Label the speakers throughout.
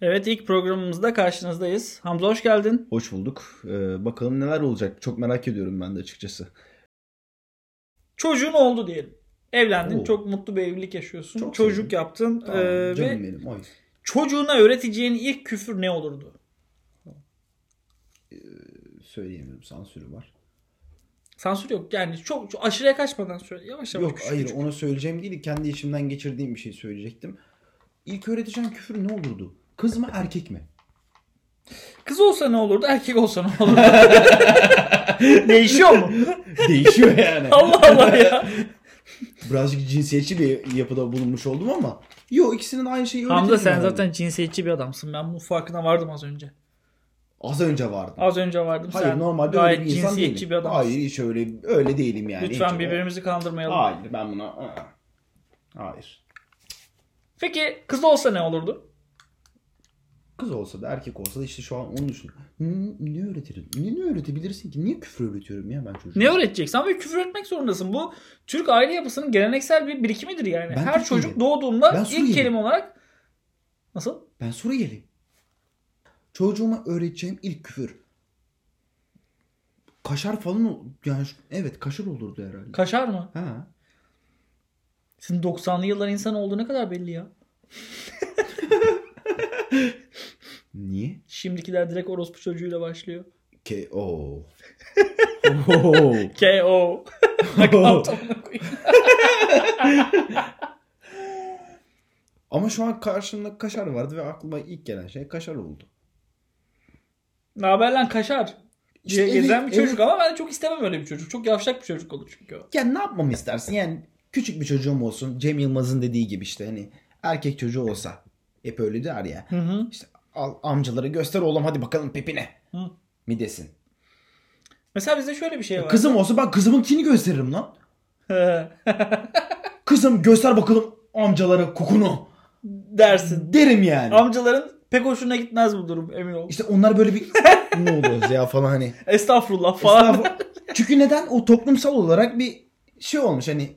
Speaker 1: Evet ilk programımızda karşınızdayız. Hamza hoş geldin.
Speaker 2: Hoş bulduk. Ee, bakalım neler olacak. Çok merak ediyorum ben de açıkçası.
Speaker 1: Ee, Çocuğun oldu diyelim. Evlendin.
Speaker 2: Oo.
Speaker 1: Çok mutlu bir evlilik yaşıyorsun.
Speaker 2: Çok
Speaker 1: Çocuk
Speaker 2: sevindim.
Speaker 1: yaptın.
Speaker 2: Tamam,
Speaker 1: Ee,
Speaker 2: canım
Speaker 1: ve
Speaker 2: benim. Oy.
Speaker 1: çocuğuna öğreteceğin ilk küfür ne olurdu?
Speaker 2: Söyleyemiyorum. Sansürü var.
Speaker 1: Sansür yok. Yani çok, çok aşırıya kaçmadan söyle. Yavaş yavaş.
Speaker 2: Yok
Speaker 1: küçük
Speaker 2: hayır
Speaker 1: küçük.
Speaker 2: ona söyleyeceğim değil. Kendi içimden geçirdiğim bir şey söyleyecektim. İlk öğreteceğim küfür ne olurdu? Kız mı erkek mi?
Speaker 1: Kız olsa ne olurdu? Erkek olsa ne olurdu? Değişiyor mu?
Speaker 2: Değişiyor yani.
Speaker 1: Allah Allah ya.
Speaker 2: Birazcık cinsiyetçi bir yapıda bulunmuş oldum ama. Yok ikisinin aynı şeyi
Speaker 1: Hamza
Speaker 2: öğretirim
Speaker 1: sen
Speaker 2: yani.
Speaker 1: zaten cinsiyetçi bir adamsın. Ben bu farkına vardım az önce.
Speaker 2: Az önce vardı.
Speaker 1: Az önce vardım.
Speaker 2: Hayır
Speaker 1: sen
Speaker 2: normalde
Speaker 1: gayet
Speaker 2: öyle bir insan
Speaker 1: cinsiyetçi
Speaker 2: değilim.
Speaker 1: bir adamsın.
Speaker 2: Hayır hiç öyle öyle değilim yani.
Speaker 1: Lütfen
Speaker 2: Hiç-
Speaker 1: birbirimizi kandırmayalım.
Speaker 2: Hayır ben buna... Aa. Hayır.
Speaker 1: Peki kız olsa ne olurdu?
Speaker 2: Kız olsa da erkek olsa da işte şu an onu düşünüyorum. N- Ne öğretirim? Ne, ne öğretebilirsin ki? Niye küfür öğretiyorum ya ben çocuğa?
Speaker 1: Ne öğreteceksin? Ama küfür etmek zorundasın. Bu Türk aile yapısının geleneksel bir birikimidir yani.
Speaker 2: Ben
Speaker 1: Her
Speaker 2: Türk'üm
Speaker 1: çocuk
Speaker 2: diyorum.
Speaker 1: doğduğunda
Speaker 2: Ben
Speaker 1: ilk
Speaker 2: Suriyeliyim.
Speaker 1: kelime olarak nasıl?
Speaker 2: Ben Suriyeliyim. Çocuğuma öğreteceğim ilk küfür. Kaşar falan ol- yani şu- evet kaşar olurdu herhalde.
Speaker 1: Kaşar mı?
Speaker 2: ha.
Speaker 1: Senin 90'lı yıllar insan olduğu ne kadar belli ya.
Speaker 2: Niye?
Speaker 1: Şimdikiler direkt orospu çocuğuyla başlıyor.
Speaker 2: K o.
Speaker 1: K.O. Aptalına koyayım.
Speaker 2: Ama şu an karşımda kaşar vardı ve aklıma ilk gelen şey kaşar oldu.
Speaker 1: ne haber lan kaşar?
Speaker 2: İşte
Speaker 1: Diye gezen
Speaker 2: evet,
Speaker 1: bir çocuk
Speaker 2: evet.
Speaker 1: ama ben çok istemem öyle bir çocuk. Çok yavşak bir çocuk olur çünkü o.
Speaker 2: Yani ne yapmamı istersin? Yani küçük bir çocuğum olsun. Cem Yılmaz'ın dediği gibi işte hani erkek çocuğu olsa. Hep öyle der ya.
Speaker 1: Hı hı.
Speaker 2: İşte al amcaları göster oğlum hadi bakalım pepine.
Speaker 1: Hı.
Speaker 2: Mi desin.
Speaker 1: Mesela bizde şöyle bir şey var.
Speaker 2: Kızım olsa ben kızımınkini gösteririm lan. Kızım göster bakalım amcalara kokunu
Speaker 1: Dersin.
Speaker 2: derim yani.
Speaker 1: Amcaların pek hoşuna gitmez bu durum emin ol.
Speaker 2: işte onlar böyle bir ne oluyoruz ya falan hani.
Speaker 1: Estağfurullah falan.
Speaker 2: Estağfurullah. Çünkü neden o toplumsal olarak bir şey olmuş hani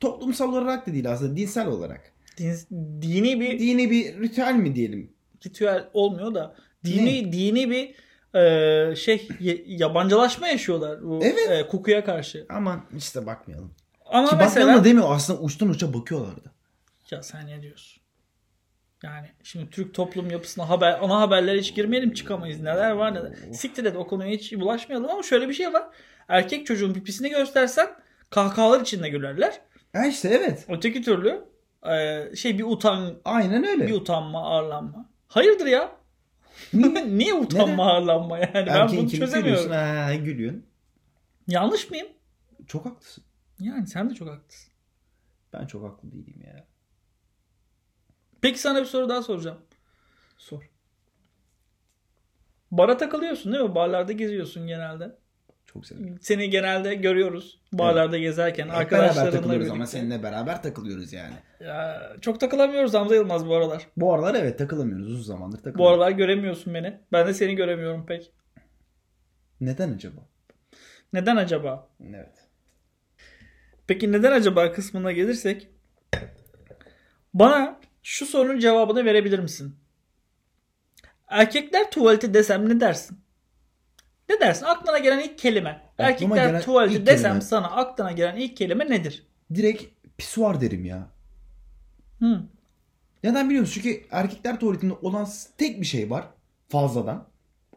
Speaker 2: toplumsal olarak da değil aslında dinsel olarak.
Speaker 1: Din- dini bir
Speaker 2: Dini bir ritüel mi diyelim?
Speaker 1: ritüel olmuyor da dini dini bir e, şey y- yabancılaşma yaşıyorlar bu
Speaker 2: Evet.
Speaker 1: e, kokuya karşı.
Speaker 2: Aman işte bakmayalım.
Speaker 1: Ama
Speaker 2: Ki
Speaker 1: mesela
Speaker 2: bakmayalım da demiyor aslında uçtan uça bakıyorlardı.
Speaker 1: ya sen ne diyorsun? Yani şimdi Türk toplum yapısına haber ana haberlere hiç girmeyelim çıkamayız. Neler var neler. Siktir et o konuya hiç bulaşmayalım ama şöyle bir şey var. Erkek çocuğun pipisini göstersen kahkahalar içinde gülerler.
Speaker 2: Ha işte evet.
Speaker 1: Öteki türlü e, şey bir utan
Speaker 2: Aynen öyle.
Speaker 1: Bir utanma, ağırlanma. Hayırdır ya? Niye utanma,
Speaker 2: Neden?
Speaker 1: ağırlanma yani? ben
Speaker 2: Erkeğin
Speaker 1: bunu
Speaker 2: kimi
Speaker 1: çözemiyorum.
Speaker 2: görüyorsun, Ha, gülüyorsun.
Speaker 1: Yanlış mıyım?
Speaker 2: Çok haklısın.
Speaker 1: Yani sen de çok haklısın.
Speaker 2: Ben çok haklı değilim ya.
Speaker 1: Peki sana bir soru daha soracağım.
Speaker 2: Sor.
Speaker 1: Bara takılıyorsun değil mi? Barlarda geziyorsun genelde.
Speaker 2: Çok severim.
Speaker 1: Seni genelde görüyoruz barlarda gezerken.
Speaker 2: Hep beraber
Speaker 1: Arkadaşlarınla
Speaker 2: takılıyoruz
Speaker 1: birlikte.
Speaker 2: ama seninle beraber takılıyoruz yani.
Speaker 1: Ya, çok takılamıyoruz Hamza Yılmaz bu aralar.
Speaker 2: Bu aralar evet takılamıyoruz. Uzun zamandır takılıyoruz.
Speaker 1: Bu aralar göremiyorsun beni. Ben de seni göremiyorum pek.
Speaker 2: Neden acaba?
Speaker 1: Neden acaba?
Speaker 2: Evet.
Speaker 1: Peki neden acaba kısmına gelirsek bana şu sorunun cevabını verebilir misin? Erkekler tuvaleti desem ne dersin? Ne dersin? Aklına gelen ilk kelime. Erkekler
Speaker 2: gelen
Speaker 1: tuvaleti
Speaker 2: ilk
Speaker 1: desem
Speaker 2: kelime.
Speaker 1: sana aklına gelen ilk kelime nedir?
Speaker 2: Direkt pisuar derim ya.
Speaker 1: Hı.
Speaker 2: Neden biliyor musun? Çünkü erkekler tuvaletinde olan tek bir şey var fazladan.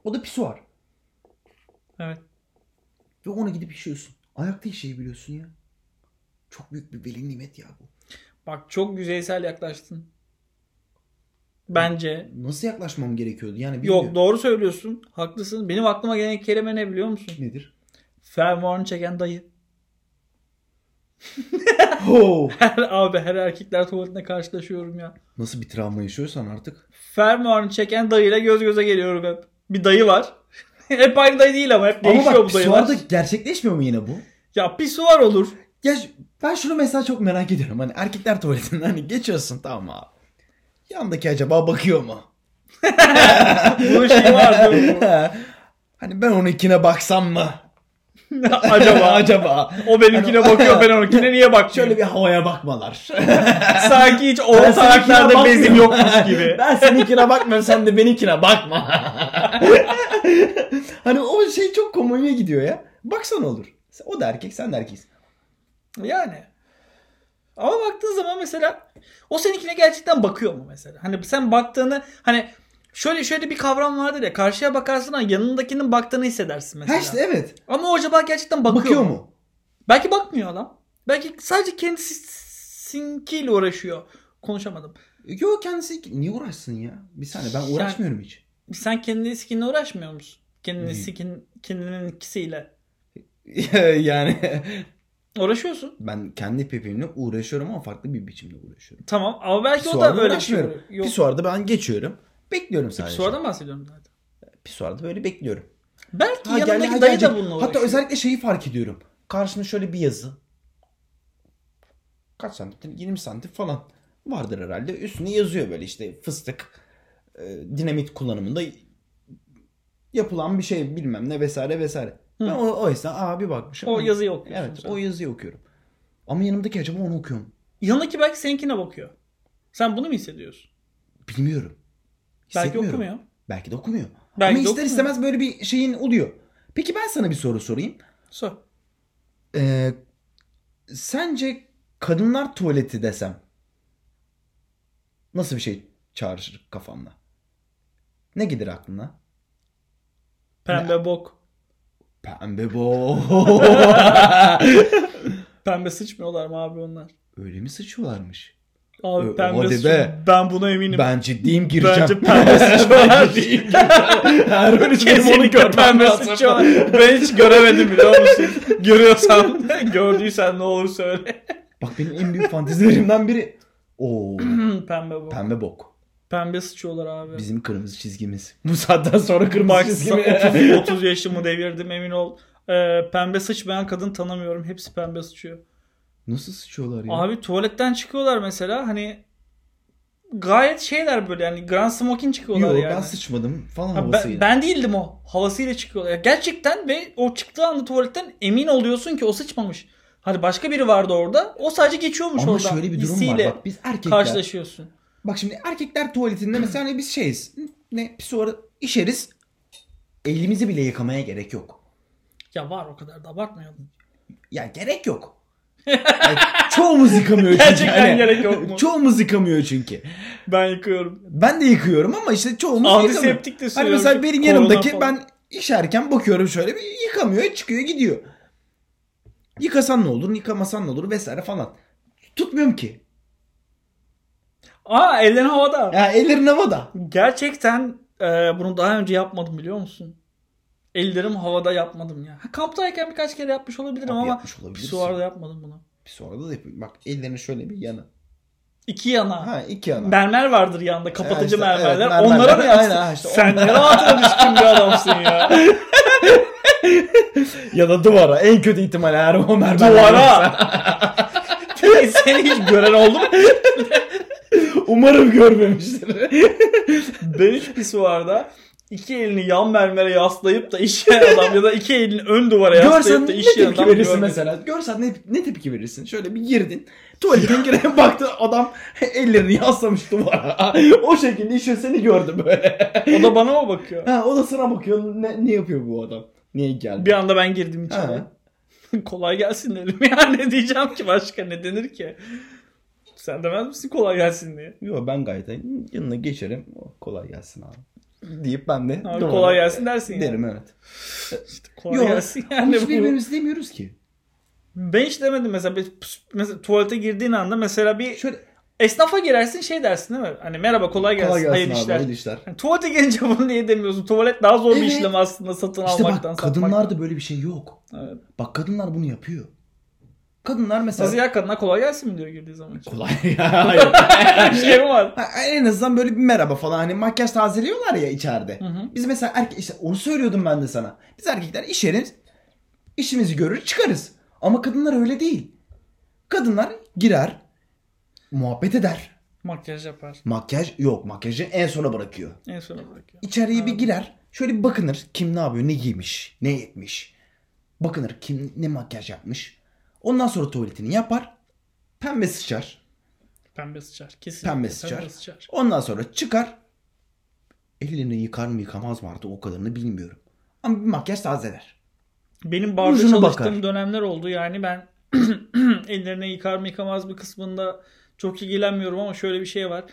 Speaker 2: O da pisuar.
Speaker 1: Evet.
Speaker 2: Ve ona gidip işiyorsun. Ayakta işeyebiliyorsun ya. Çok büyük bir belin nimet ya bu.
Speaker 1: Bak çok yüzeysel yaklaştın. Bence.
Speaker 2: Nasıl yaklaşmam gerekiyordu? Yani
Speaker 1: Yok
Speaker 2: bilmiyorum.
Speaker 1: doğru söylüyorsun. Haklısın. Benim aklıma gelen ilk kelime ne biliyor musun?
Speaker 2: Nedir?
Speaker 1: Fermuarını çeken dayı.
Speaker 2: Ho!
Speaker 1: Her abi her erkekler tuvaletine karşılaşıyorum ya.
Speaker 2: Nasıl bir travma yaşıyorsan artık.
Speaker 1: fermuarını çeken dayıyla göz göze geliyorum hep. Bir dayı var. hep aynı dayı değil ama hep değişiyor
Speaker 2: Ama bak
Speaker 1: bu dayılar.
Speaker 2: pisuar da gerçekleşmiyor mu yine bu?
Speaker 1: Ya pisuar olur.
Speaker 2: Ya ş- ben şunu mesela çok merak ediyorum. Hani erkekler tuvaletinde hani geçiyorsun tamam mı abi. Yandaki acaba bakıyor mu?
Speaker 1: Bu şey var değil mi?
Speaker 2: hani ben onunkine baksam mı?
Speaker 1: bu? Acaba.
Speaker 2: acaba. Hani-
Speaker 1: O benimkine bakıyor ben onunkine niye bakıyorum?
Speaker 2: Şöyle bir havaya bakmalar.
Speaker 1: Sanki hiç
Speaker 2: Ben
Speaker 1: ortalıklarda
Speaker 2: seninkine
Speaker 1: bezim
Speaker 2: bakmıyorum.
Speaker 1: yokmuş gibi.
Speaker 2: ben seninkine bakmıyorum sen de benimkine bakma. hani o şey çok komüne gidiyor ya. Baksan olur. O da erkek sen de erkeksin.
Speaker 1: Yani. Ama baktığın zaman mesela o seninkine gerçekten bakıyor mu mesela? Hani sen baktığını hani şöyle şöyle bir kavram vardır ya karşıya bakarsın ama yanındakinin baktığını hissedersin
Speaker 2: Ha
Speaker 1: mesela.
Speaker 2: işte evet.
Speaker 1: Ama o acaba gerçekten bakıyor,
Speaker 2: Bakıyor
Speaker 1: mu?
Speaker 2: mu?
Speaker 1: Belki bakmıyor adam. Belki sadece kendisinkiyle uğraşıyor. Konuşamadım.
Speaker 2: Yok kendisi niye uğraşsın ya? Bir saniye ben uğraşmıyorum hiç.
Speaker 1: Sen kendi skinle uğraşmıyor musun? Kendini
Speaker 2: Hmm.
Speaker 1: skin, kendinin ikisiyle.
Speaker 2: yani
Speaker 1: Uğraşıyorsun.
Speaker 2: ben kendi pipimle uğraşıyorum ama farklı bir biçimde uğraşıyorum.
Speaker 1: Tamam ama belki o da
Speaker 2: Pisuarda
Speaker 1: böyle bir şey.
Speaker 2: uğraşmıyorum.
Speaker 1: Yok.
Speaker 2: Pisuarda ben geçiyorum. Bekliyorum sadece.
Speaker 1: Pisuardan bahsediyorum zaten.
Speaker 2: Pisuarda böyle bekliyorum.
Speaker 1: Belki
Speaker 2: Ha,
Speaker 1: yanındaki
Speaker 2: gel- ha,
Speaker 1: dayı
Speaker 2: gelecek.
Speaker 1: da bununla uğraşıyor.
Speaker 2: Hatta özellikle şeyi fark ediyorum. Karşımda şöyle bir yazı. Kaç santim? 20 santim falan vardır herhalde. Üstüne yazıyor böyle işte fıstık e, dinamit kullanımında yapılan bir şey bilmem ne vesaire vesaire.
Speaker 1: Hı.
Speaker 2: Ben o, o esna aa bir bakmışım.
Speaker 1: O
Speaker 2: Hı.
Speaker 1: yazıyı okuyorsun
Speaker 2: Evet
Speaker 1: sen.
Speaker 2: o yazıyı okuyorum. Ama yanımdaki acaba onu okuyor mu?
Speaker 1: Yanındaki belki seninkine bakıyor. Sen bunu mu hissediyorsun?
Speaker 2: Bilmiyorum.
Speaker 1: Belki
Speaker 2: Hissetmiyorum.
Speaker 1: okumuyor.
Speaker 2: Belki de okumuyor.
Speaker 1: Belki
Speaker 2: Ama
Speaker 1: de
Speaker 2: ister
Speaker 1: okumuyor.
Speaker 2: istemez böyle bir şeyin oluyor. Peki ben sana bir soru sorayım.
Speaker 1: Sor.
Speaker 2: Ee, sence kadınlar tuvaleti desem nasıl bir şey çağrışır kafanda? Ne gelir aklına?
Speaker 1: Pembe bok.
Speaker 2: Pembe bo.
Speaker 1: Pembe sıçmıyorlar mı abi onlar?
Speaker 2: Öyle mi sıçıyorlarmış?
Speaker 1: Abi
Speaker 2: Ö-
Speaker 1: pembe
Speaker 2: hadi
Speaker 1: sıç-
Speaker 2: be.
Speaker 1: Ben buna eminim.
Speaker 2: Ben ciddiyim gireceğim.
Speaker 1: Bence pembe sıçıyorlar.
Speaker 2: Her böyle kelime onu
Speaker 1: Kesinlikle
Speaker 2: görmem
Speaker 1: pembe
Speaker 2: lazım.
Speaker 1: sıçıyorlar. Ben hiç göremedim biliyor musun? Görüyorsan, gördüysen ne olur söyle.
Speaker 2: Bak benim en büyük fantezilerimden biri. Oo,
Speaker 1: Hmm, pembe bok.
Speaker 2: pembe bok.
Speaker 1: Pembe sıçıyorlar abi.
Speaker 2: Bizim kırmızı çizgimiz. Bu saatten sonra
Speaker 1: Bak
Speaker 2: kırmızı çizgimi.
Speaker 1: 30, 30 yaşımı devirdim emin ol. Ee, pembe sıçmayan kadın tanımıyorum. Hepsi pembe sıçıyor.
Speaker 2: Nasıl sıçıyorlar ya?
Speaker 1: Abi tuvaletten çıkıyorlar mesela hani gayet şeyler böyle yani Grand Smoking çıkıyorlar
Speaker 2: Yok
Speaker 1: yani.
Speaker 2: ben sıçmadım falan
Speaker 1: Ha,
Speaker 2: havasıyla.
Speaker 1: ben, ben değildim o. Havasıyla çıkıyorlar. Gerçekten ve o çıktığı anda tuvaletten emin oluyorsun ki o sıçmamış. Hani başka biri vardı orada. O sadece geçiyormuş
Speaker 2: Ama
Speaker 1: oradan.
Speaker 2: şöyle bir durum
Speaker 1: Hissiyle
Speaker 2: var. Bak biz erkekler.
Speaker 1: karşılaşıyorsun.
Speaker 2: Bak şimdi erkekler tuvaletinde mesela hani biz şeyiz. Ne pisuarı işeriz. Elimizi bile yıkamaya gerek yok.
Speaker 1: Ya var o kadar da abartmayalım.
Speaker 2: Ya gerek yok. Yani çoğumuz yıkamıyor çünkü. hani.
Speaker 1: Gerçekten gerek yok mu?
Speaker 2: Çoğumuz yıkamıyor çünkü.
Speaker 1: Ben yıkıyorum.
Speaker 2: Ben de yıkıyorum ama işte çoğumuz yıkamıyor.
Speaker 1: Antiseptik de
Speaker 2: Hani
Speaker 1: sürüyorum.
Speaker 2: mesela benim yanımdaki
Speaker 1: Korona falan.
Speaker 2: ben işerken bakıyorum şöyle bir yıkamıyor çıkıyor gidiyor. Yıkasan ne olur yıkamasan ne olur vesaire falan. Tutmuyorum ki.
Speaker 1: Aa ellerin havada.
Speaker 2: Ya ellerin havada.
Speaker 1: Gerçekten e, bunu daha önce yapmadım biliyor musun? Ellerim havada yapmadım ya. Ha, kamptayken birkaç kere yapmış olabilirim
Speaker 2: Abi
Speaker 1: ama
Speaker 2: yapmış olabilirsin.
Speaker 1: pisuarda yapmadım bunu.
Speaker 2: Bir sonra da yapayım. Bak ellerini şöyle bir yana.
Speaker 1: İki yana.
Speaker 2: Ha iki yana.
Speaker 1: Mermer vardır yanında
Speaker 2: Ha,
Speaker 1: kapatıcı
Speaker 2: işte,
Speaker 1: mermerler.
Speaker 2: evet, mermerler.
Speaker 1: Onlara mı yapsın?
Speaker 2: Aynen, ha, işte
Speaker 1: Sen ne rahatına düşkün bir adamsın ya.
Speaker 2: Ya da duvara. En kötü ihtimal eğer o mermer.
Speaker 1: Duvara. Peki seni hiç gören oldu mu?
Speaker 2: Umarım görmemiştir.
Speaker 1: Ben hiç pisuarda iki elini yan mermere yaslayıp da işleyen adam ya da iki elini ön duvara
Speaker 2: Görsen
Speaker 1: yaslayıp da
Speaker 2: ne
Speaker 1: işleyen
Speaker 2: tepki
Speaker 1: adam
Speaker 2: verirsin
Speaker 1: görmedim.
Speaker 2: mesela? Görsen ne, ne tepki verirsin? Şöyle bir girdin. Tuvaletten gireye baktın adam ellerini yaslamış duvara. o şekilde işiyor seni gördü böyle.
Speaker 1: O da bana mı bakıyor?
Speaker 2: Ha, o da sana bakıyor. Ne, ne yapıyor bu adam? Niye geldi?
Speaker 1: Bir şey. anda ben girdim içeri.
Speaker 2: Ha.
Speaker 1: kolay gelsin dedim. Ya ne diyeceğim ki başka ne denir ki? Sen demez misin kolay gelsin diye?
Speaker 2: Yo ben gayet yanına geçerim. "Oh, Kolay gelsin abi. Deyip ben de
Speaker 1: Abi
Speaker 2: duvara
Speaker 1: kolay gelsin dersin yani.
Speaker 2: derim evet.
Speaker 1: Kolay
Speaker 2: Yok,
Speaker 1: gelsin
Speaker 2: Ama
Speaker 1: yani.
Speaker 2: hiç
Speaker 1: bu.
Speaker 2: birbirimizi demiyoruz ki.
Speaker 1: Ben hiç demedim mesela, bir- mesela tuvalete girdiğin anda mesela bir
Speaker 2: Şöyle
Speaker 1: esnafa girersin şey dersin değil mi? Hani merhaba kolay gelsin,
Speaker 2: kolay gelsin
Speaker 1: hayırlı
Speaker 2: abi,
Speaker 1: işler.
Speaker 2: hayırlı işler.
Speaker 1: Yani tuvalete gelince bunu niye demiyorsun? Tuvalet daha zor bir
Speaker 2: Evet.
Speaker 1: işlem aslında satın
Speaker 2: İşte
Speaker 1: almaktan.
Speaker 2: bak kadınlarda
Speaker 1: satmaktan.
Speaker 2: böyle bir şey yok.
Speaker 1: Evet.
Speaker 2: Bak kadınlar bunu yapıyor. Kadınlar mesela
Speaker 1: Nasıl ya kadına kolay gelsin mi diyor girdiği zaman?
Speaker 2: kolay ya hayır.
Speaker 1: Her şey mi var?
Speaker 2: Ha, en azından böyle bir merhaba falan hani makyaj tazeliyorlar ya içeride.
Speaker 1: hı.
Speaker 2: Biz mesela erkek işte onu söylüyordum ben de sana. Biz erkekler işeriz. işimizi görür çıkarız. Ama kadınlar öyle değil. Kadınlar girer, muhabbet eder.
Speaker 1: Makyaj yaparsın.
Speaker 2: Makyaj yok. Makyajı en sona bırakıyor.
Speaker 1: En sona bırakıyor.
Speaker 2: İçeriye bir girer. Şöyle bir bakınır. Kim ne yapıyor? Ne giymiş? Ne etmiş? Bakınır kim ne makyaj yapmış. Ondan sonra tuvaletini yapar. Pembe sıçar.
Speaker 1: Pembe sıçar. Kesin.
Speaker 2: Pembe
Speaker 1: Pembe
Speaker 2: sıçar.
Speaker 1: sıçar.
Speaker 2: Ondan sonra çıkar. Ellerini yıkar mı yıkamaz mı artık o kadarını bilmiyorum. Ama bir makyaj tazeler.
Speaker 1: Benim barda
Speaker 2: Ucuna
Speaker 1: çalıştığım
Speaker 2: bakar.
Speaker 1: dönemler oldu. Yani ben ellerine yıkar mı yıkamaz mı kısmında çok ilgilenmiyorum ama şöyle bir şey var.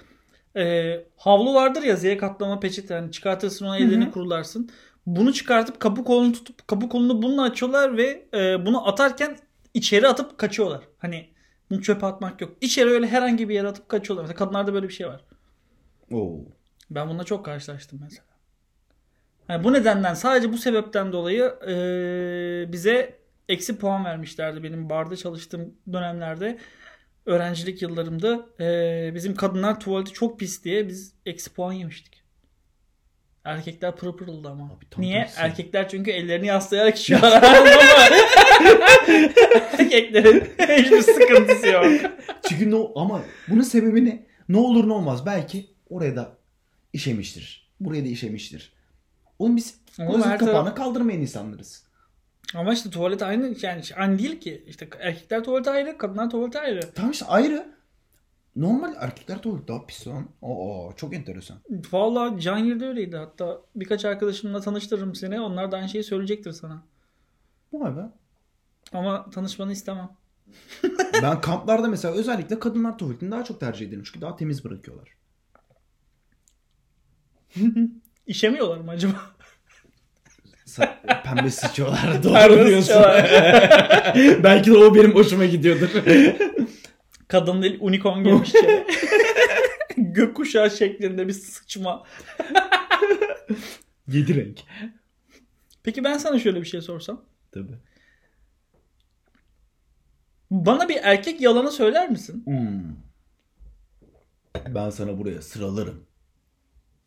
Speaker 1: Ee, havlu vardır ya Z katlama peçete. Yani çıkartırsın ona ellerini kurularsın. Bunu çıkartıp kapı kolunu tutup kapı kolunu bununla açıyorlar ve e, bunu atarken içeri atıp kaçıyorlar. Hani bunu çöpe atmak yok. İçeri öyle herhangi bir yere atıp kaçıyorlar. Mesela kadınlarda böyle bir şey var.
Speaker 2: Oo.
Speaker 1: Ben bununla çok karşılaştım mesela. Yani bu nedenden sadece bu sebepten dolayı eee, bize eksi puan vermişlerdi benim barda çalıştığım dönemlerde. Öğrencilik yıllarımda eee, bizim kadınlar tuvaleti çok pis diye biz eksi puan yemiştik. Erkekler pırıl pırıldı ama.
Speaker 2: Abi tam
Speaker 1: Niye?
Speaker 2: tersi.
Speaker 1: Erkekler çünkü ellerini yaslayarak içiyorlar. Anladın mı? Erkeklerin hiçbir sıkıntısı yok.
Speaker 2: Çünkü no, ama bunun sebebi ne? Ne olur ne olmaz. Belki oraya da işemiştir. Buraya da işemiştir. Oğlum biz
Speaker 1: Oğlum
Speaker 2: gözün
Speaker 1: her
Speaker 2: kapağını kaldırmayan insanlarız.
Speaker 1: Ama işte tuvalet aynı yani aynı değil ki. İşte erkekler tuvaleti ayrı, kadınlar tuvaleti ayrı.
Speaker 2: Tamam işte ayrı. Normal erkekler tuvalet daha pis lan. Aa çok enteresan.
Speaker 1: Valla Canyır'da öyleydi hatta. Birkaç arkadaşımla tanıştırırım seni. Onlar da aynı şeyi söyleyecektir sana.
Speaker 2: Vay be.
Speaker 1: Ama tanışmanı istemem.
Speaker 2: Ben kamplarda mesela özellikle kadınlar tuvaletini daha çok tercih ederim. Çünkü daha temiz bırakıyorlar.
Speaker 1: İşemiyorlar mı acaba?
Speaker 2: Sa- Pembe sıçıyorlar.
Speaker 1: Pardon,
Speaker 2: Doğru diyorsun.
Speaker 1: sıçıyorlar.
Speaker 2: Belki de o benim hoşuma gidiyordur.
Speaker 1: Kadın değil unicorn girmiş içeri. Gökkuşağı şeklinde bir sıçma.
Speaker 2: Yedi renk.
Speaker 1: Peki ben sana şöyle bir şey sorsam.
Speaker 2: Tabii.
Speaker 1: Bana bir erkek yalanı söyler misin?
Speaker 2: Hmm. Ben sana buraya sıralarım.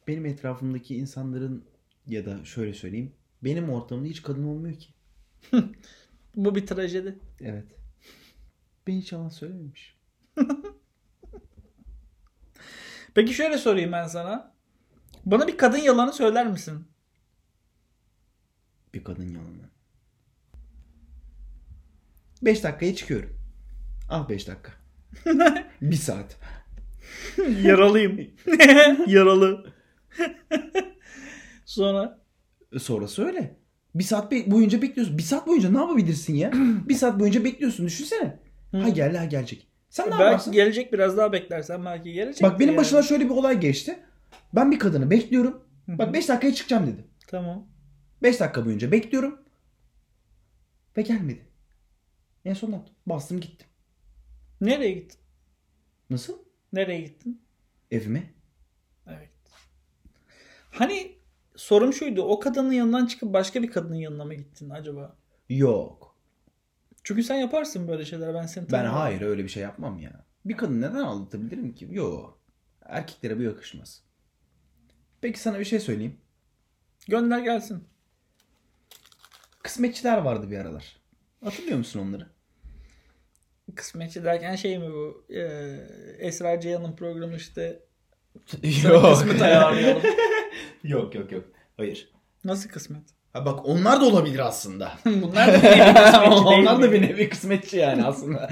Speaker 2: Benim etrafımdaki insanların ya da şöyle söyleyeyim. Benim ortamımda hiç kadın olmuyor ki.
Speaker 1: Bu bir trajedi.
Speaker 2: Evet. Ben hiç yalan söylememiş.
Speaker 1: Peki şöyle sorayım ben sana. Bana bir kadın yalanı söyler misin?
Speaker 2: Bir kadın yalanı. 5 dakikaya çıkıyorum. Ah 5 dakika. bir saat.
Speaker 1: Yaralıyım. Yaralı. Sonra
Speaker 2: Sonrası öyle. Bir saat be- boyunca bekliyorsun. Bir saat boyunca ne yapabilirsin ya? bir saat boyunca bekliyorsun. Düşünsene. Ha geldi ha gelecek. Sen ne
Speaker 1: belki
Speaker 2: yaparsın?
Speaker 1: gelecek biraz daha beklersen belki gelecek.
Speaker 2: Bak benim başıma şöyle bir olay geçti. Ben bir kadını bekliyorum.
Speaker 1: Hı hı.
Speaker 2: Bak 5 dakikaya çıkacağım dedi.
Speaker 1: Tamam.
Speaker 2: 5 dakika boyunca bekliyorum. Ve gelmedi. En son ne yaptım? Bastım gittim.
Speaker 1: Nereye gittin?
Speaker 2: Nasıl?
Speaker 1: Nereye gittin?
Speaker 2: Evime.
Speaker 1: Evet. Hani sorum şuydu. O kadının yanından çıkıp başka bir kadının yanına mı gittin acaba?
Speaker 2: Yok.
Speaker 1: Çünkü sen yaparsın böyle şeyler. Ben seni
Speaker 2: Ben
Speaker 1: tanıyorum.
Speaker 2: hayır öyle bir şey yapmam ya. Bir kadın neden anlatabilirim ki? Yo. Erkeklere bu yakışmaz. Peki sana bir şey söyleyeyim.
Speaker 1: Gönder gelsin.
Speaker 2: Kısmetçiler vardı bir aralar. Hatırlıyor musun onları?
Speaker 1: Kısmetçi derken şey mi bu? Ee, Esra Ceyhan'ın programı işte. Kısmet ayarlayalım.
Speaker 2: yok yok yok. Hayır.
Speaker 1: Nasıl kısmet?
Speaker 2: Ha bak onlar da olabilir aslında.
Speaker 1: Bunlar da bir nevi kısmetçi değil
Speaker 2: onlar da
Speaker 1: mi?
Speaker 2: bir nevi kısmetçi yani aslında.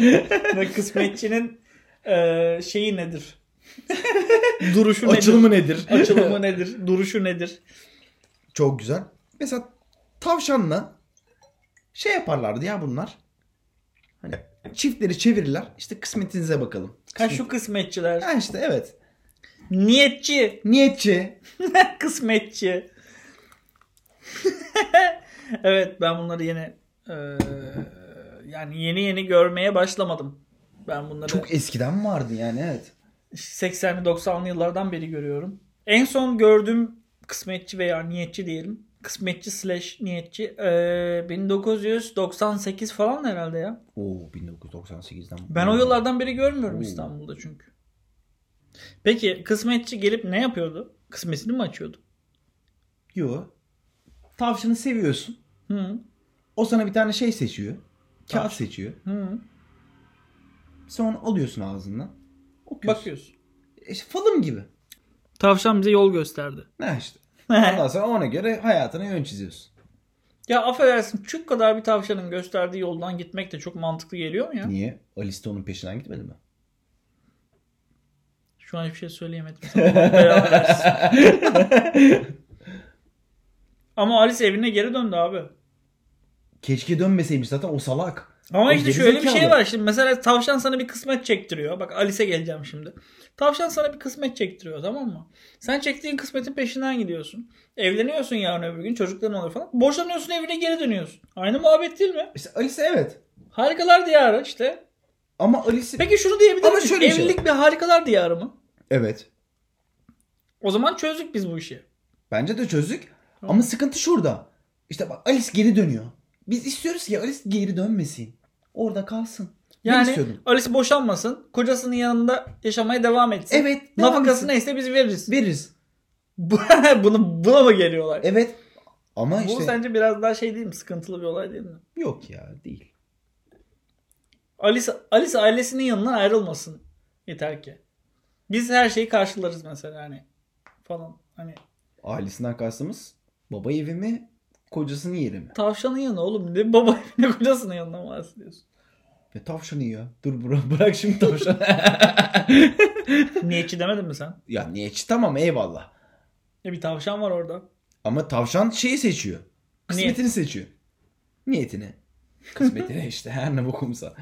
Speaker 1: Ve kısmetçinin e, şeyi nedir? Duruşu nedir?
Speaker 2: Açılımı nedir?
Speaker 1: Açılımı nedir? Duruşu nedir?
Speaker 2: Çok güzel. Mesela tavşanla şey yaparlardı ya bunlar. Hani çiftleri çevirirler. İşte kısmetinize bakalım.
Speaker 1: Ha şu kısmetçiler.
Speaker 2: Ha işte evet.
Speaker 1: Niyetçi.
Speaker 2: Niyetçi.
Speaker 1: Kısmetçi. evet ben bunları yeni e, yani yeni yeni görmeye başlamadım. Ben bunları
Speaker 2: Çok eskiden vardı yani evet.
Speaker 1: 80'li 90'lı yıllardan beri görüyorum. En son gördüğüm kısmetçi veya niyetçi diyelim. Kısmetçi slash niyetçi. e, 1998 falan herhalde ya.
Speaker 2: Oo 1998'den.
Speaker 1: Ben o yıllardan beri görmüyorum
Speaker 2: Oo.
Speaker 1: İstanbul'da çünkü. Peki kısmetçi gelip ne yapıyordu? Kısmetini mi açıyordu?
Speaker 2: Yo. Tavşanı seviyorsun.
Speaker 1: Hı.
Speaker 2: O sana bir tane şey seçiyor. Kağıt seçiyor.
Speaker 1: Hı.
Speaker 2: Sen onu alıyorsun ağzından. Okuyorsun. E,
Speaker 1: Bakıyorsun.
Speaker 2: işte film gibi.
Speaker 1: Tavşan bize yol gösterdi.
Speaker 2: Ne işte. Ondan sonra ona göre hayatına yön çiziyorsun.
Speaker 1: Ya affedersin çok kadar bir tavşanın gösterdiği yoldan gitmek de çok mantıklı geliyor mu ya?
Speaker 2: Niye? Alice de onun peşinden gitmedi mi?
Speaker 1: Şu an hiçbir şey söyleyemedim. Beraberiz. Ama Alice evine geri döndü abi.
Speaker 2: Keşke dönmeseymiş zaten o salak.
Speaker 1: Ama
Speaker 2: O
Speaker 1: işte şöyle bir şey
Speaker 2: gerizekalı.
Speaker 1: var şimdi mesela tavşan sana bir kısmet çektiriyor. Bak Alice'e geleceğim şimdi. Tavşan sana bir kısmet çektiriyor tamam mı? Sen çektiğin kısmetin peşinden gidiyorsun. Evleniyorsun yarın öbür gün çocukların oluyor falan. Boşanıyorsun evine geri dönüyorsun. Aynı muhabbet değil mi?
Speaker 2: İşte Alice evet.
Speaker 1: Harikalar diyarı işte.
Speaker 2: Ama Alice...
Speaker 1: Peki şunu diyebilir
Speaker 2: Ama
Speaker 1: miyiz?
Speaker 2: şöyle bir şey
Speaker 1: Evlilik bir harikalar diyarı mı?
Speaker 2: Evet.
Speaker 1: O zaman çözdük biz bu işi.
Speaker 2: Bence de çözdük. Ama sıkıntı şurada. İşte bak Alice geri dönüyor. Biz istiyoruz ki Alice geri dönmesin. Orada kalsın. Ben
Speaker 1: Yani
Speaker 2: istiyordum.
Speaker 1: Alice boşanmasın. Kocasının yanında yaşamaya devam etsin.
Speaker 2: Evet. devam
Speaker 1: Nafakası
Speaker 2: etsin.
Speaker 1: neyse biz veririz.
Speaker 2: Veririz.
Speaker 1: Bunu buna mı geliyorlar?
Speaker 2: Evet. Ama
Speaker 1: Bu
Speaker 2: işte
Speaker 1: sence biraz daha şey değil mi? Sıkıntılı bir olay değil mi?
Speaker 2: yok ya değil.
Speaker 1: Alice, Alice ailesinin yanından ayrılmasın. Yeter ki. Biz her şeyi karşılarız mesela hani. Falan. Hani
Speaker 2: Ailesinden kastımız baba evi mi kocasının yeri mi?
Speaker 1: tavşanın yanı oğlum. Ne baba ne kocasının yanına mı bahsediyorsun?
Speaker 2: Ve tavşanı ya. Dur bırak, bırak şimdi tavşanı.
Speaker 1: Niyetçi demedin mi sen?
Speaker 2: ya niye tamam eyvallah.
Speaker 1: Ya bir tavşan var orada.
Speaker 2: Ama tavşan şeyi seçiyor. Kısmetini
Speaker 1: Niyet.
Speaker 2: seçiyor. Niyetini. Kısmetini işte her ne bokumsa.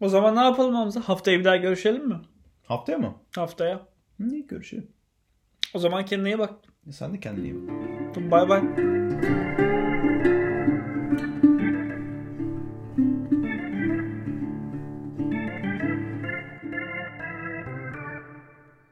Speaker 1: O zaman ne yapalım Hamza? Haftaya bir daha görüşelim mi?
Speaker 2: Haftaya mı?
Speaker 1: Haftaya.
Speaker 2: Ne görüşelim?
Speaker 1: O zaman kendine iyi bak.
Speaker 2: Sen de kendine iyi bak.
Speaker 1: Bay bay.